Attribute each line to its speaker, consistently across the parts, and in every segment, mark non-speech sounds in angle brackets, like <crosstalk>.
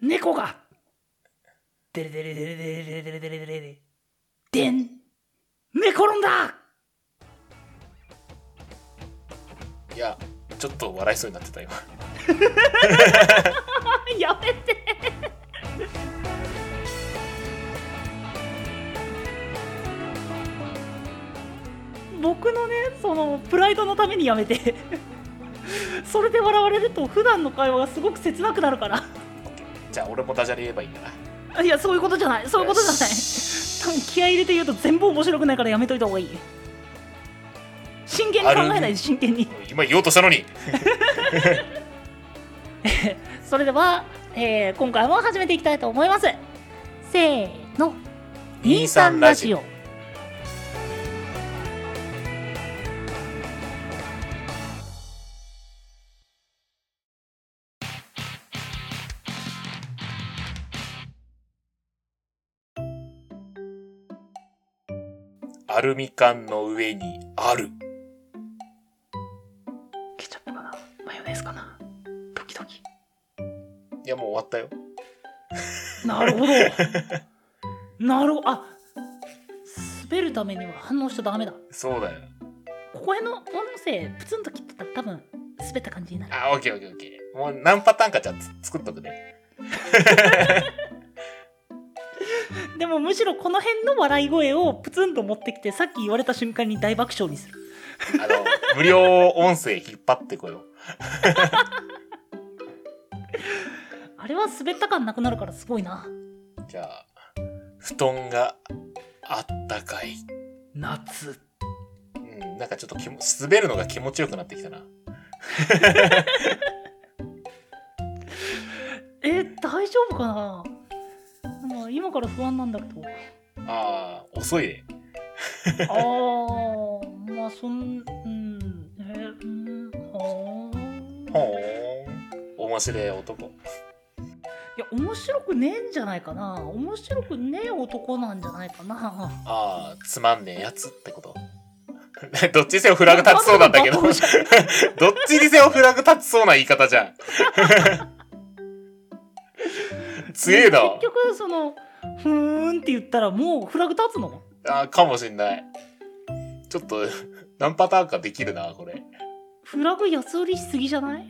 Speaker 1: 猫がデレデレデレデレデレデレデレデレデレでん寝転んだ
Speaker 2: いやちょっと笑いそうになってた今
Speaker 1: やめて僕のねそのプライドのためにやめてそれで笑われると普段の会話がすごく切なくなるから
Speaker 2: <laughs> じゃあ俺もダジャレ言えばいいんだない
Speaker 1: やそういうことじゃないそういうことじゃない多分気合い入れて言うと全部面白くないからやめといた方がいい真剣に考えないで真剣に
Speaker 2: 今言おうとしたのに
Speaker 1: それでは、えー今回も始めていきたいと思いますせーの
Speaker 2: 23ラジオアルミ缶の上にある
Speaker 1: ケチャップかなマヨネーズかなドキドキ
Speaker 2: いやもう終わったよ
Speaker 1: なるほど
Speaker 2: <laughs>
Speaker 1: なるほどあ滑るためには反応しちゃダメだ
Speaker 2: そうだよ
Speaker 1: ここへの音声プツンと切ってたら多分滑った感じになる
Speaker 2: あオッケーオッケーオッケーもう何パターンかじゃあつ作っとくね
Speaker 1: でもむしろこの辺の笑い声をプツンと持ってきてさっき言われた瞬間に大爆笑にする
Speaker 2: あの <laughs> 無料音声引っ張ってこよ
Speaker 1: あれは滑った感なくなるからすごいな
Speaker 2: うじゃあ布団があったかい
Speaker 1: 夏
Speaker 2: うんなんかちょっと気も滑るのが気持ちよくなってきたな
Speaker 1: え大丈夫かなでも今から不安なんだけ
Speaker 2: <laughs>
Speaker 1: ど
Speaker 2: あー遅いね
Speaker 1: ああまあそんうんえうんはあ
Speaker 2: ほーん面白い男
Speaker 1: いや面白くねえんじゃないかな面白くねえ男なんじゃないかな
Speaker 2: ああつまんねえやつってこと <laughs> どっちにせよフラグ立ちそうなんだ
Speaker 1: <laughs>
Speaker 2: けど <laughs> どっちにせよフラグ立ちそうな言い方じゃん <laughs> 強えな
Speaker 1: 結局その「ふーん」って言ったらもうフラグ立つの
Speaker 2: あーかもしんないちょっと何パターンかできるなこれ <laughs>
Speaker 1: フラグ安売りしすぎじゃない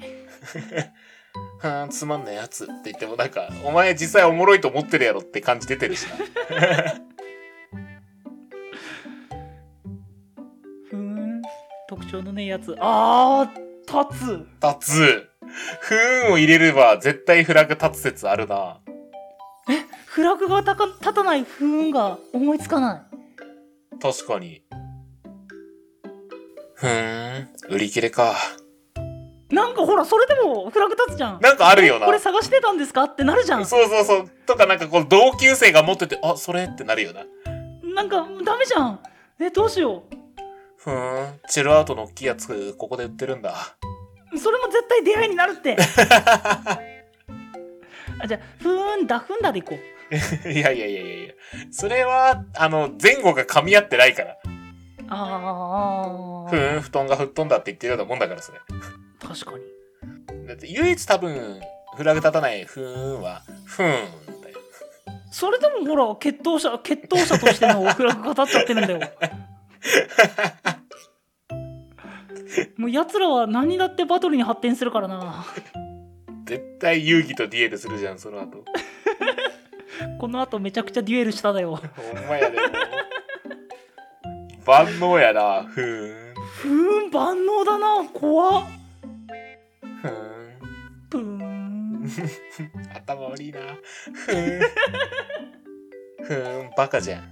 Speaker 2: はあつまんねえやつって言ってもなんかお前実際おもろいと思ってるやろって感じ出てるしな
Speaker 1: ふーん特徴のねえやつあー立つ
Speaker 2: <laughs> 立つ不運を入れれば絶対フラグ立つ説あるな
Speaker 1: フラグがたか立たない不運が思いつかない
Speaker 2: 確かにふーん売り切れか
Speaker 1: なんかほらそれでもフラグ立つじゃん
Speaker 2: なんかあるよな
Speaker 1: これ探してたんですかってなる
Speaker 2: <laughs>
Speaker 1: じゃん
Speaker 2: そうそうそうとかなんかこう同級生が持っててあそれってなるよな
Speaker 1: なんかダメじゃんえどうしよ
Speaker 2: ふーんチルアウトの大きいやつここで売ってるんだ <laughs>
Speaker 1: うそれも絶対出会いになるってあじゃあふーんだふんだでいこう
Speaker 2: いやいやいやいやいや。それは、あの、前後が噛み合ってないから。
Speaker 1: あ
Speaker 2: ふ
Speaker 1: ー
Speaker 2: ーん、布団が吹っ飛んだって言ってるようなもんだから、それ。
Speaker 1: 確かに
Speaker 2: だって、唯一多分、フラグ立たないふーんは、ふーんだよ。
Speaker 1: それでもほら決闘者決闘者としてのフラグが立っちゃってるん <laughs> だよもう奴らは何だってバトルに発展するからな
Speaker 2: 絶対、遊戯とディエルするじゃん、その <laughs> 後。
Speaker 1: この後めちゃくちゃデュエルしただよ
Speaker 2: ほんまやで、もう万能やな、ふーん。
Speaker 1: ふーん万能だな怖っ
Speaker 2: ふーん。
Speaker 1: ぷーん
Speaker 2: 頭悪いな。ふーん。ふーん、バカじゃん。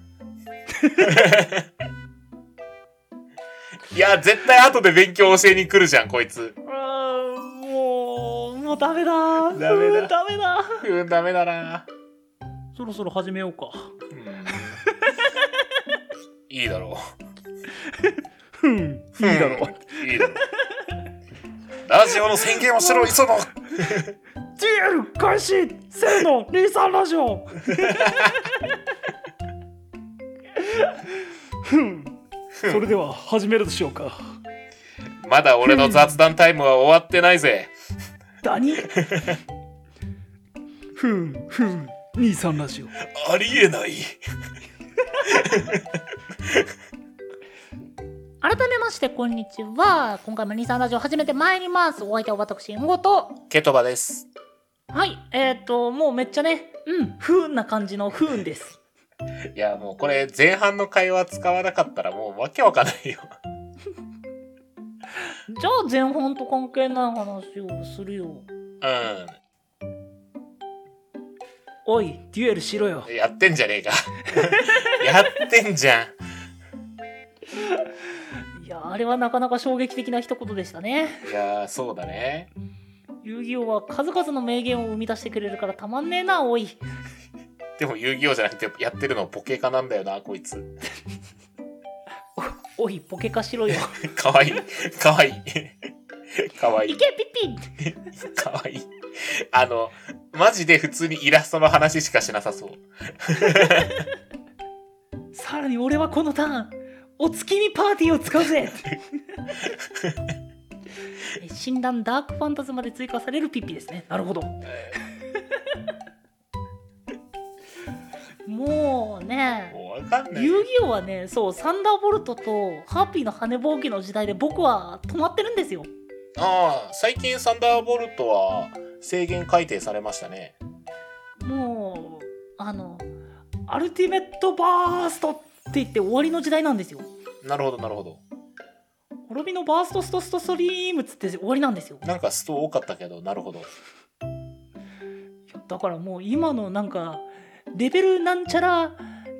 Speaker 2: いや、絶対後で勉強教えに来るじゃん、こいつ。
Speaker 1: あーもうもうダメだ
Speaker 2: ダメだ
Speaker 1: ふーんダメだ
Speaker 2: ふーん、ダメだな。
Speaker 1: そろそろ始めようか
Speaker 2: うんいいだろ。
Speaker 1: ふんいういだろう
Speaker 2: うん。いいだろう。ラジオの宣言をしろ、磯野。
Speaker 1: デュエル開始せーの23ラジオふんそれでは始めるでしょうか
Speaker 2: まだ俺の雑談タイムは終わってないぜ。
Speaker 1: ダニふんふん兄さんラジオ
Speaker 2: ありえない
Speaker 1: 改めましてこんにちは今回も兄さんラジオ始めてまいりますお相手は私んごと
Speaker 2: ケトバです
Speaker 1: はいえっ、ー、ともうめっちゃねうん不運な感じの不運です
Speaker 2: いやもうこれ前半の会話使わなかったらもうわけわかんないよ
Speaker 1: じゃあ前半と関係ない話をするよ
Speaker 2: う
Speaker 1: おいデュエルしろよ
Speaker 2: んやってんじゃねえか <laughs> やってんじゃん
Speaker 1: いやあれはなかなか衝撃的な一言でしたね
Speaker 2: いやーそうだね
Speaker 1: 遊戯王は数々の名言を生み出してくれるからたまんねえなおい
Speaker 2: でも遊戯王じゃなくてやってるのポケカなんだよなこいつ
Speaker 1: おいポケカしろよ
Speaker 2: かわいいかわいいかわい
Speaker 1: い
Speaker 2: い
Speaker 1: けピッピ
Speaker 2: かわいいあのマジで普通にイラストの話しかしなさそう
Speaker 1: さらに俺はこのターンお月見パーティーを使う <laughs> ぜえ診断ダークファンタズまで追加されるピッピですねなるほど
Speaker 2: え
Speaker 1: もうね
Speaker 2: ーもうわかんない
Speaker 1: 遊戯王はねそうサンダーボルトとハーピーの羽ぼうきの時代で僕は止まってるんですよ
Speaker 2: ああ最近サンダーボルトは制限改定されましたね
Speaker 1: もうあのアルティメットバーストって言って終わりの時代なんですよ
Speaker 2: なるほどなるほど
Speaker 1: 滅びのバーストストストストリームっつって終わりなんですよ
Speaker 2: なんかスト多かったけどなるほど
Speaker 1: だからもう今のなんかレベルなんちゃら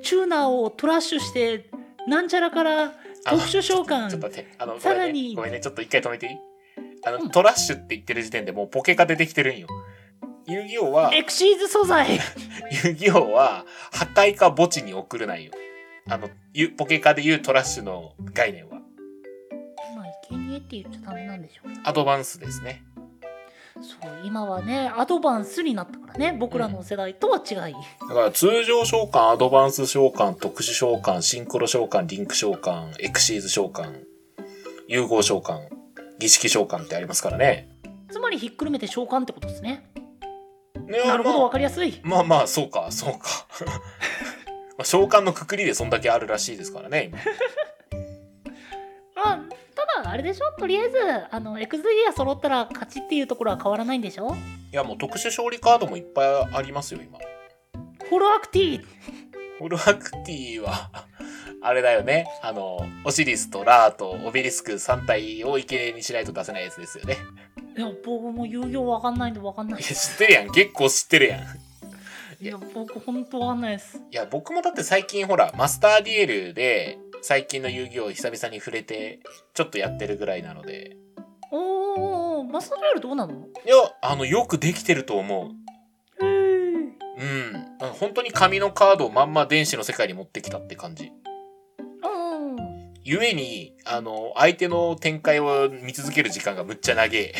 Speaker 1: チューナーをトラッシュしてなんちゃらから
Speaker 2: あの
Speaker 1: 特殊召喚
Speaker 2: ちょっと待ってあの
Speaker 1: さらに
Speaker 2: ごめんねごめんねちょっと一回止めていいあの、
Speaker 1: うん
Speaker 2: トラッシュって言ってる時点でもうポケカ出てきてるんよ遊戯王は
Speaker 1: エクシーズ素材
Speaker 2: 遊戯王は破壊か墓地に送るないよあのゆポケカで言うトラッシュの概念は
Speaker 1: 今生贄って言っちゃダメなんでしょ
Speaker 2: アドバンスですね
Speaker 1: そう今はねアドバンスになったからね僕らの世代とは違い、
Speaker 2: だから通常召喚アドバンス召喚特殊召喚シンクロ召喚リンク召喚エクシーズ召喚融合召喚儀式召喚ってありますからね
Speaker 1: つまりひっくるめて召喚ってことですね
Speaker 2: ね
Speaker 1: なるほど
Speaker 2: ま
Speaker 1: わ
Speaker 2: あ
Speaker 1: かりやすい
Speaker 2: まあまあそうかそうか <laughs> まあ召喚のくくりでそんだけあるらしいですからね
Speaker 1: まあただあれでしょとりあえずあのエクスディア揃ったら勝ちっていうところは変わらないんでしょ
Speaker 2: いやもう特殊勝利カードもいっぱいありますよ今
Speaker 1: ホロアクティ
Speaker 2: ホロアクティは <laughs> あれだよねあのオシリスとラーとオベリスク3体を生贄にしないと出せないやつですよね
Speaker 1: いや僕も遊戯王わかんないんでわかんない
Speaker 2: いや知ってるやん結構知ってるやん
Speaker 1: いや僕ほんとわかんないです
Speaker 2: いや、僕もだって最近ほら、マスターデュエルで、最近の遊戯王を久々に触れて、ちょっとやってるぐらいなので。
Speaker 1: おーおーおーマスターデュエルどうなの
Speaker 2: いや、あの、よくできてると思
Speaker 1: へー
Speaker 2: う。うん。あの本当に紙のカードをまんま電子の世界に持ってきたって感じ。
Speaker 1: うんうん
Speaker 2: ゆえに、あの、相手の展開を見続ける時間がむっちゃ長え。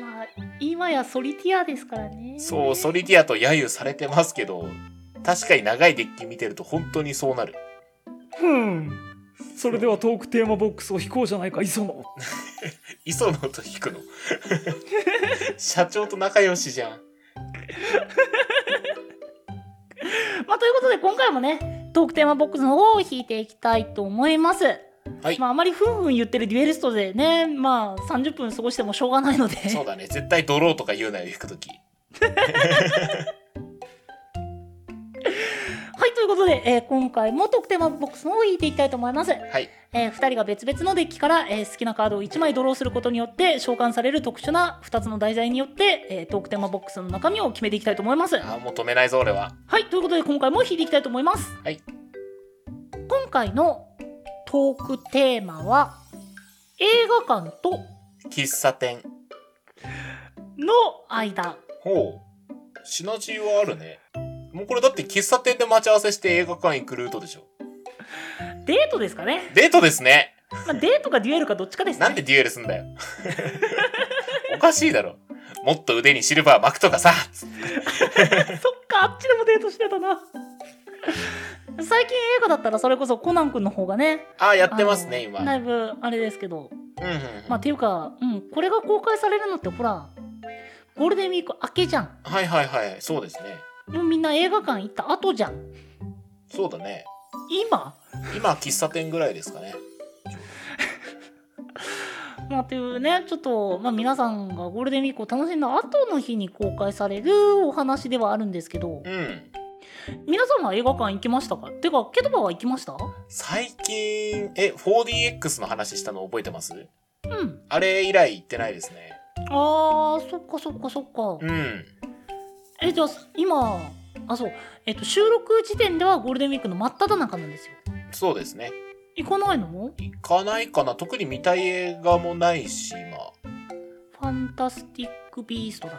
Speaker 1: まあ今やソリティアですからね
Speaker 2: そう、ソリディアと揶揄されてますけど、確かに長いデッキ見てると本当にそうなる。
Speaker 1: うんそれではトークテーマボックスを引こうじゃないか磯野
Speaker 2: 磯野と引くの。社長と仲良しじゃん。
Speaker 1: まあということで今回もねトークテーマボックスの方を引いていきたいと思います
Speaker 2: はい
Speaker 1: まああまりふんふん言ってるデュエリストでねまあ30分過ごしてもしょうがないので
Speaker 2: そうだね。絶対ドローとか言うなよ、引くとき。
Speaker 1: <laughs> はいということで、えー今回もトークテーマボックスの方を引いていきたいと思います
Speaker 2: はい。
Speaker 1: え2人が別々のデッキから、えー好きなカードを1枚ドローすることによって召喚される特殊な2つの題材によって、えートークテーマボックスの中身を決めていきたいと思います。は
Speaker 2: あーもう止めないぞ、俺は。
Speaker 1: いということで今回も引いていきたいと思います。
Speaker 2: はい
Speaker 1: 今回のトークテーマは映画館と
Speaker 2: 喫茶店。
Speaker 1: の間
Speaker 2: ほう。シナジーはあるね。もうこれだって喫茶店で待ち合わせして映画館行くルートでしょ。
Speaker 1: デートですかね、
Speaker 2: デートですね。
Speaker 1: まあ、デートかデュエルかどっちかですね。
Speaker 2: なんでデュエルすん <laughs> だよ。おかしいだろ。もっと腕にシルバー巻くとかさ。
Speaker 1: <laughs> そっかあっちでもデートしてたな。最近映画だったらそれこそコナン君の方がね
Speaker 2: ああ、やってますね、
Speaker 1: あの
Speaker 2: 今。うんう
Speaker 1: だ
Speaker 2: ん
Speaker 1: いぶあれですけど
Speaker 2: うん。
Speaker 1: まあ、っていうか、うん、これが公開されるのってほらゴールデンウィーク明けじゃん
Speaker 2: はいはいはい、そうですね。
Speaker 1: もうみんな映画館行った後じゃん
Speaker 2: そうだね。
Speaker 1: 今
Speaker 2: 今、喫茶店ぐらいですかね。
Speaker 1: まあというねちょっと、まあ、皆さんがゴールデンウィークを楽しんだ後の日に公開されるお話ではあるんですけど
Speaker 2: うん。
Speaker 1: 皆さんは映画館行きましたかてかケトバは行きました
Speaker 2: 最近、え、4DX の話したの覚えてます
Speaker 1: うん
Speaker 2: あれ以来行ってないですね。
Speaker 1: あーそっかそっかそっか
Speaker 2: うん。
Speaker 1: えじゃあ今あそうえっと収録時点ではゴールデンウィークの真っ只中なんですよ
Speaker 2: そうですね。
Speaker 1: 行かないの
Speaker 2: 行かないかな。特に見たい映画もないし、今。
Speaker 1: ファンタスティック・ビーストだっ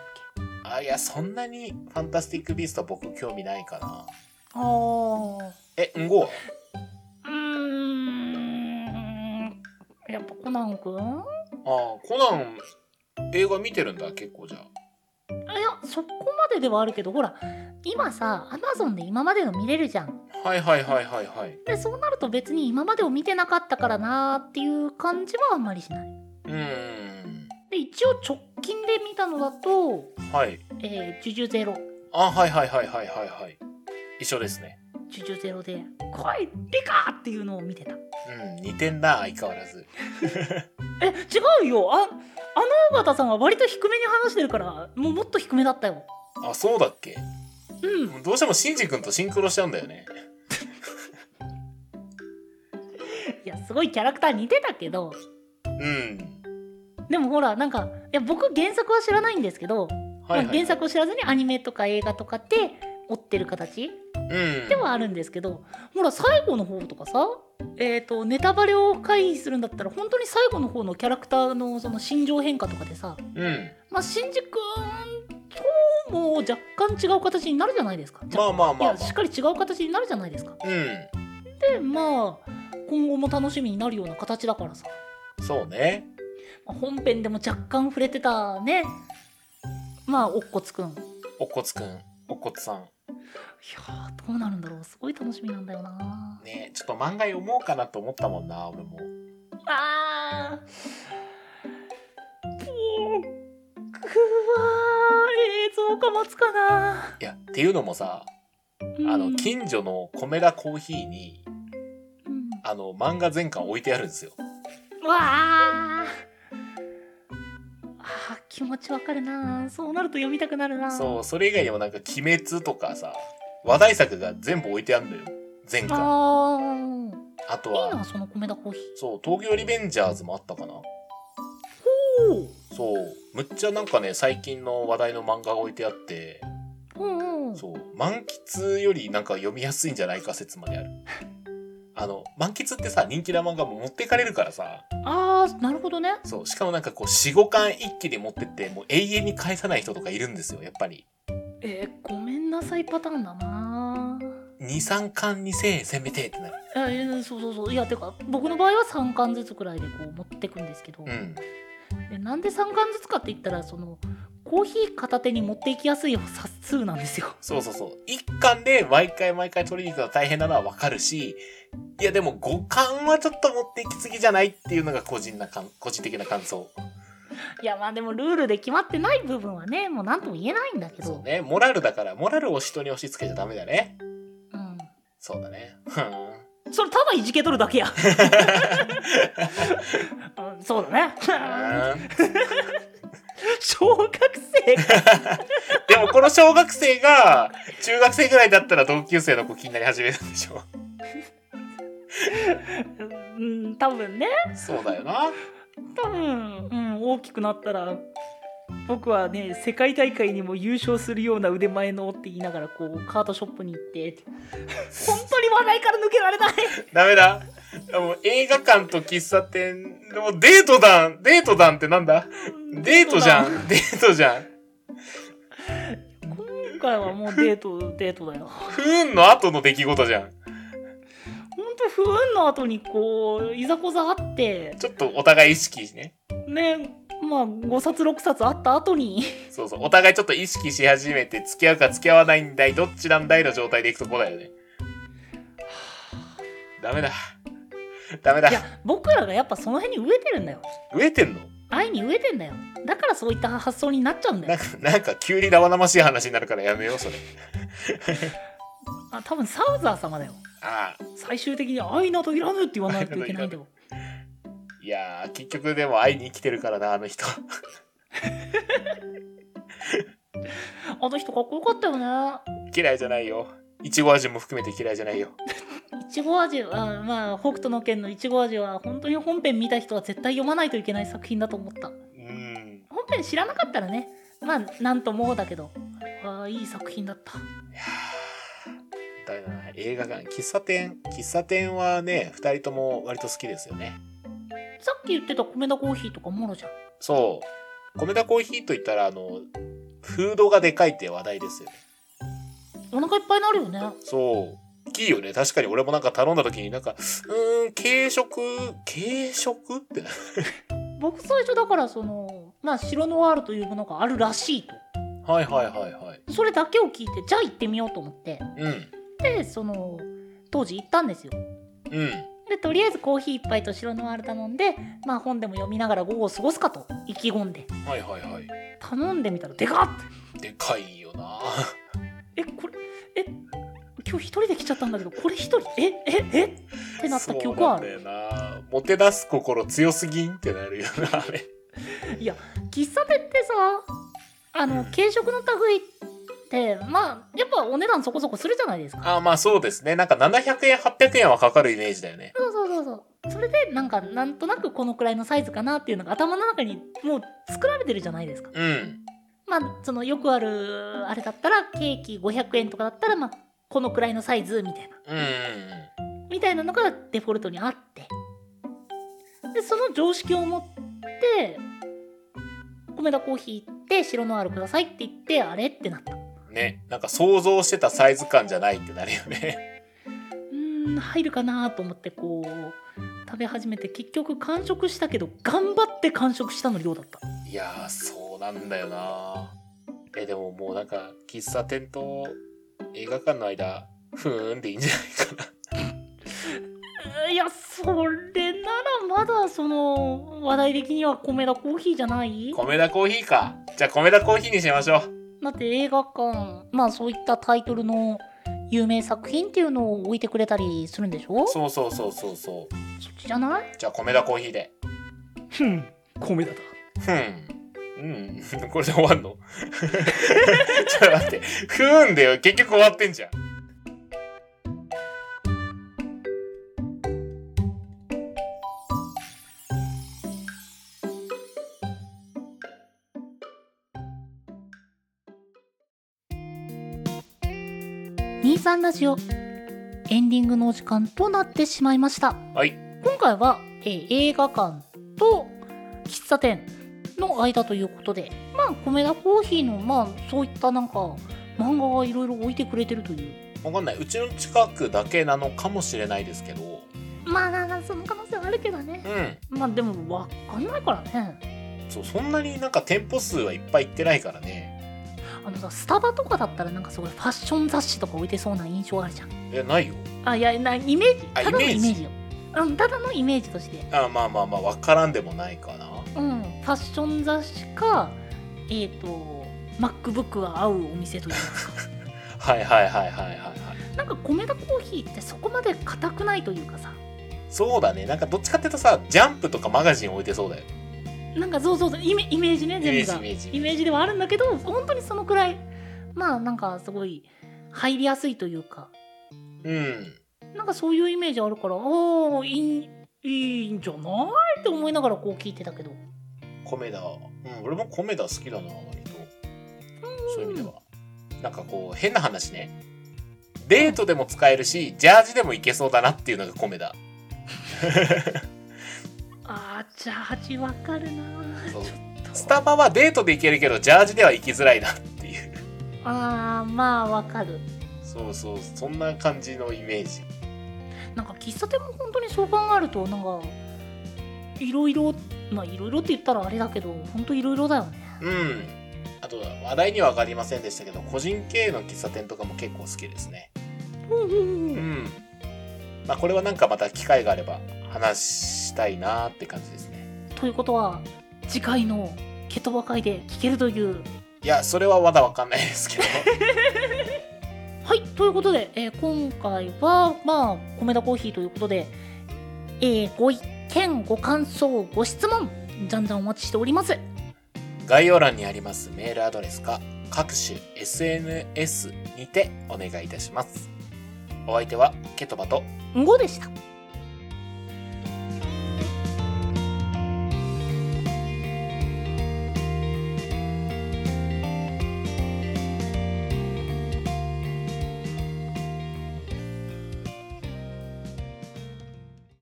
Speaker 1: け
Speaker 2: あ、いや、そんなに、ファンタスティック・ビーストは僕興味ないかな。
Speaker 1: あー
Speaker 2: え、んごは
Speaker 1: うーんやっぱコナンくん
Speaker 2: ああ、コナン、映画見てるんだ、結構じゃあ。
Speaker 1: いやそこまでではあるけどほら今さアマゾンで今までの見れるじゃん
Speaker 2: はいはいはいはいはい。
Speaker 1: でそうなると別に今までを見てなかったからなーっていう感じはあんまりしないう
Speaker 2: ーん。
Speaker 1: で一応直近で見たのだと
Speaker 2: はい。
Speaker 1: 「えー、ジュジュゼロ」
Speaker 2: あ、はいはいはいはいはいはい。一緒ですね。
Speaker 1: 「ジュジュゼロ」で「来いリカ!」っていうのを見てた
Speaker 2: うん、似てんな、相変わらず。
Speaker 1: え違うよああの尾形さんは割と低めに話してるからもうもっと低めだったよ
Speaker 2: あ、そうだっけ
Speaker 1: うん
Speaker 2: どうしてもシンジ君とシンクロしちゃうんだよね。
Speaker 1: いやすごいキャラクター似てたけど
Speaker 2: うん。
Speaker 1: でもほらなんかいや僕原作は知らないんですけど
Speaker 2: はいはい、
Speaker 1: ま
Speaker 2: は
Speaker 1: あ
Speaker 2: い。
Speaker 1: 原作を知らずにアニメとか映画とかって追ってる形
Speaker 2: うん。
Speaker 1: ではあるんですけど、ほら最後の方とかさえー、とネタバレを回避するんだったら本当に最後の方のキャラクターのその心情変化とかでさ、
Speaker 2: うん。
Speaker 1: まあ、シンジ君とも若干違う形になるじゃないですか。
Speaker 2: まあまあまあ、
Speaker 1: いや
Speaker 2: ま
Speaker 1: しっかり違う形になるじゃないですか。
Speaker 2: あ。う
Speaker 1: でまあ今後も楽しみになるような形だからさ、
Speaker 2: ん。そうね。
Speaker 1: まあ本編でも若干触れてたねまあおっこつくん
Speaker 2: おっこつくん、おっこつさん。
Speaker 1: いやーどうなるんだろうすごい楽しみなんだよな
Speaker 2: ねちょっと漫画読もうかなと思ったもんな、俺も。
Speaker 1: あー僕は映像化待つかない
Speaker 2: や、っていうのもさ、
Speaker 1: うん
Speaker 2: あの、近所の米田コーヒーに、
Speaker 1: うん
Speaker 2: あの、漫画全巻置いてあるんですよ。
Speaker 1: うわああー気持ちわかるなそうなると読みたくなるな
Speaker 2: そう、それ以外にもなんか、鬼滅とかさ、話題作が全部置いてあるんだよ。全巻。
Speaker 1: あー
Speaker 2: あと
Speaker 1: いい
Speaker 2: は、
Speaker 1: なその米田コーヒー
Speaker 2: そう、東京リベンジャーズもあったかな。
Speaker 1: おー
Speaker 2: そう、むっちゃなんかね、最近の話題の漫画が置いてあって、
Speaker 1: うんうん
Speaker 2: そう、満喫よりなんか読みやすいんじゃないか説まである。 <laughs> あの、満喫ってさ、人気な漫画も持ってかれるからさ、
Speaker 1: ああなるほどね
Speaker 2: そう、しかもなんかこう、4、5巻一気に持ってって、もう永遠に返さない人とかいるんですよ、やっぱり。
Speaker 1: えー、ごめんなさいパターンだな
Speaker 2: 2、3巻2000円せめてってなる。
Speaker 1: えー、そうそうそういやてか僕の場合は3巻ずつくらいでこう持ってくんですけど、
Speaker 2: うん。
Speaker 1: でなんで3巻ずつかって言ったらそのコーヒー片手に持っていきやすい冊数なんです
Speaker 2: <laughs>
Speaker 1: よ
Speaker 2: そうそうそう。1巻で毎回毎回取りに行くのは大変なのはわかるし、いやでも5巻はちょっと持って行き過ぎじゃないっていうのが個人な感、個人的な感想。
Speaker 1: いやまあでもルールで決まってない部分はねもう何とも言えないんだけど
Speaker 2: そうね。モラルだから、モラルを人に押し付けちゃダメだね。
Speaker 1: う
Speaker 2: そうだね。ふーん。
Speaker 1: ん、それただいじけとるだけ
Speaker 2: <laughs>
Speaker 1: や、うん、そうだね
Speaker 2: うーん
Speaker 1: 小学生か
Speaker 2: でもこの小学生が中学生ぐらいだったら同級生の子気になり始めるんでしょ
Speaker 1: うん多分ね
Speaker 2: そうだよな
Speaker 1: 多分、うん、大きくなったら僕はね世界大会にも優勝するような腕前のって言いながらこうカートショップに行って本当に話題から抜けられない
Speaker 2: ダメだもう映画館と喫茶店でもデートだんデートだんってなんだ <laughs> デートじゃんデートじゃん
Speaker 1: 今回はもうデートデートだよ
Speaker 2: 不運の後の出来事じゃん
Speaker 1: 本当不運の後にこういざこざあって
Speaker 2: ちょっとお互い意識ね
Speaker 1: ねまあ5冊6冊あった後に
Speaker 2: そうそうお互いちょっと意識し始めて付き合うか付き合わないんだいどっちなんだいの状態でいくとこだよね <sighs> ダメだダメだ
Speaker 1: いや僕らがやっぱその辺に飢えてるんだよ
Speaker 2: 飢えてんの
Speaker 1: 愛に飢えてんだよだからそういった発想になっちゃうんだ
Speaker 2: な
Speaker 1: よ
Speaker 2: んか、なんか急に生々しい話になるからやめよう、それ。
Speaker 1: あ多分サウザー様だよ
Speaker 2: ああ、
Speaker 1: 最終的に愛などいらぬって言わないといけないんだよ
Speaker 2: いやー、結局でも会いに生きてるからな、あの人。 <laughs>
Speaker 1: あの人かっこよかったよね
Speaker 2: 嫌いじゃないよ。いちご味も含めて嫌いじゃないよ。
Speaker 1: いちご味はまあ北斗の拳のいちご味は本当に本編見た人は絶対読まないといけない作品だと思った
Speaker 2: うん。
Speaker 1: 本編知らなかったらねまあなんともだけどあーいい作品だった
Speaker 2: だよな映画館、喫茶店、喫茶店はね、二人とも割と好きですよね。
Speaker 1: さっき言ってた米田コーヒーとかもろじゃん
Speaker 2: そう。米田コーヒーと言ったら、あの、フードがでかいって話題ですよ。
Speaker 1: お腹いっぱいになるよね
Speaker 2: そう。大きいよね。確かに俺もなんか頼んだ時になんか、うーん、軽食、軽食ってな。
Speaker 1: 僕最初だからそのまあ白ノワールというものがあるらしいと
Speaker 2: はいはいはいはい。
Speaker 1: それだけを聞いてじゃあ行ってみようと思って
Speaker 2: うん。
Speaker 1: でその当時行ったんですよ
Speaker 2: うん。
Speaker 1: でとりあえずコーヒー一杯と白ノワール頼んでまあ本でも読みながら午後を過ごすかと意気込んで
Speaker 2: はいはいはい。
Speaker 1: 頼んでみたらでかっ
Speaker 2: でかいよな。
Speaker 1: えこれえ今日一人で来ちゃったんだけどこれ一人えええってなった記憶はある
Speaker 2: そうなんだよな。もてなす心強すぎんってなるよな、あれ。
Speaker 1: 喫茶店ってさあの軽食の類ってまあやっぱお値段そこそこするじゃないですか
Speaker 2: あまあそうですね。なんか700円、800円はかかるイメージだよね。
Speaker 1: そうそうそうそうそれでなんかなんとなくこのくらいのサイズかなっていうのが頭の中にもう作られてるじゃないですか
Speaker 2: うん。
Speaker 1: まあそのよくあるあれだったらケーキ500円とかだったらまあこのくらいのサイズみたいな
Speaker 2: うんうん
Speaker 1: みたいなのがデフォルトにあってでその常識を持って米田コーヒー行って白ノワールくださいって言ってあれってなったう
Speaker 2: うん。ね。なんか想像してたサイズ感じゃないってなるよね。
Speaker 1: ーん入るかなと思ってこう食べ始めて結局完食したけど頑張って完食したの量だった
Speaker 2: いやー、そうなんだよな。え、でももうなんか、喫茶店と映画館の間、ふーんでいいんじゃないかな。
Speaker 1: いやそれならまだその話題的には米田コーヒーじゃ <laughs> ない
Speaker 2: 米田コーヒーか。じゃあ米田コーヒーにしましょう。
Speaker 1: だって映画館まあそういったタイトルの有名作品っていうのを置いてくれたりするんでしょそ
Speaker 2: そうそうそうそうそう。
Speaker 1: っちじゃない
Speaker 2: じゃあ米田コーヒーで。
Speaker 1: ふん米田だ
Speaker 2: ふん。うん。 <laughs> これで終わんのちょっと待って。ふーんだよ。結局終わってんじゃん。
Speaker 1: 23ラジオエンディングのお時間となってしまいました
Speaker 2: はい。
Speaker 1: 今回は、えー映画館と喫茶店の間ということでまあ米田コーヒーのまあそういったなんか漫画がいろいろ置いてくれてるという
Speaker 2: わかんない。うちの近くだけなのかもしれないですけど。
Speaker 1: まあなんかその可能性はあるけどね
Speaker 2: うん。
Speaker 1: まあでもわかんないからね
Speaker 2: そう、そんなになんか店舗数はいっぱい行ってないからね。
Speaker 1: あのさスタバとかだったらなんかすごいファッション雑誌とか置いてそうな印象あるじゃん
Speaker 2: え、ないよ。
Speaker 1: あいやなイメージ
Speaker 2: あ
Speaker 1: ただの
Speaker 2: イメージ
Speaker 1: イメージようん、ただのイメージとして、
Speaker 2: あまあまあまあ、わからんでもないかな。
Speaker 1: うん、ファッション雑誌かえっ、と MacBook が合うお店というか
Speaker 2: はいはいはいはいはいはい。
Speaker 1: <laughs> なんか米田コーヒーってそこまで硬くないというかさ
Speaker 2: そうだね。なんかどっちかっていうとさ、ジャンプとかマガジン置いてそうだよ。
Speaker 1: なんかそうそうそうイメイメージね
Speaker 2: イメ
Speaker 1: 全部
Speaker 2: ージイ
Speaker 1: が
Speaker 2: メージ。
Speaker 1: イメージではあるんだけど本当にそのくらいまあなんかすごい入りやすいというか
Speaker 2: うん。
Speaker 1: なんかそういうイメージあるから、ああ、いい、いいんじゃないって思いながらこう聞いてたけど。
Speaker 2: 米田うん俺も米田好きだな割とそういう意味ではなんかこう変な話ねデートでも使えるしジャージでもいけそうだなっていうのが米田
Speaker 1: ああ、ジャージわかるな。
Speaker 2: そう
Speaker 1: ちょっと
Speaker 2: スタバはデートでいけるけどジャージでは行きづらいなっていう
Speaker 1: ああ、まあわかる。
Speaker 2: そうそうそんな感じのイメージ
Speaker 1: なんか喫茶店も本当にそう考えると、なんか、いろいろ、まあいろいろって言ったらあれだけど、本当いろいろだよね。
Speaker 2: うんあと話題には上がりませんでしたけど個人経営の喫茶店とかも結構好きですね
Speaker 1: うんうん
Speaker 2: う
Speaker 1: うん。
Speaker 2: んまあこれはなんかまた機会があれば話したいなーって感じですね
Speaker 1: ということは、次回のケトバ会で聞けるという
Speaker 2: いや、それはまだわかんないですけ <laughs> ど。
Speaker 1: はい、ということで、えー今回は、まあ、米田コーヒーということで、えーご意見、ご感想、ご質問、じゃんじゃんお待ちしております。
Speaker 2: 概要欄にありますメールアドレスか各種 SNS にてお願いいたします。お相手はケトバと
Speaker 1: んごでした。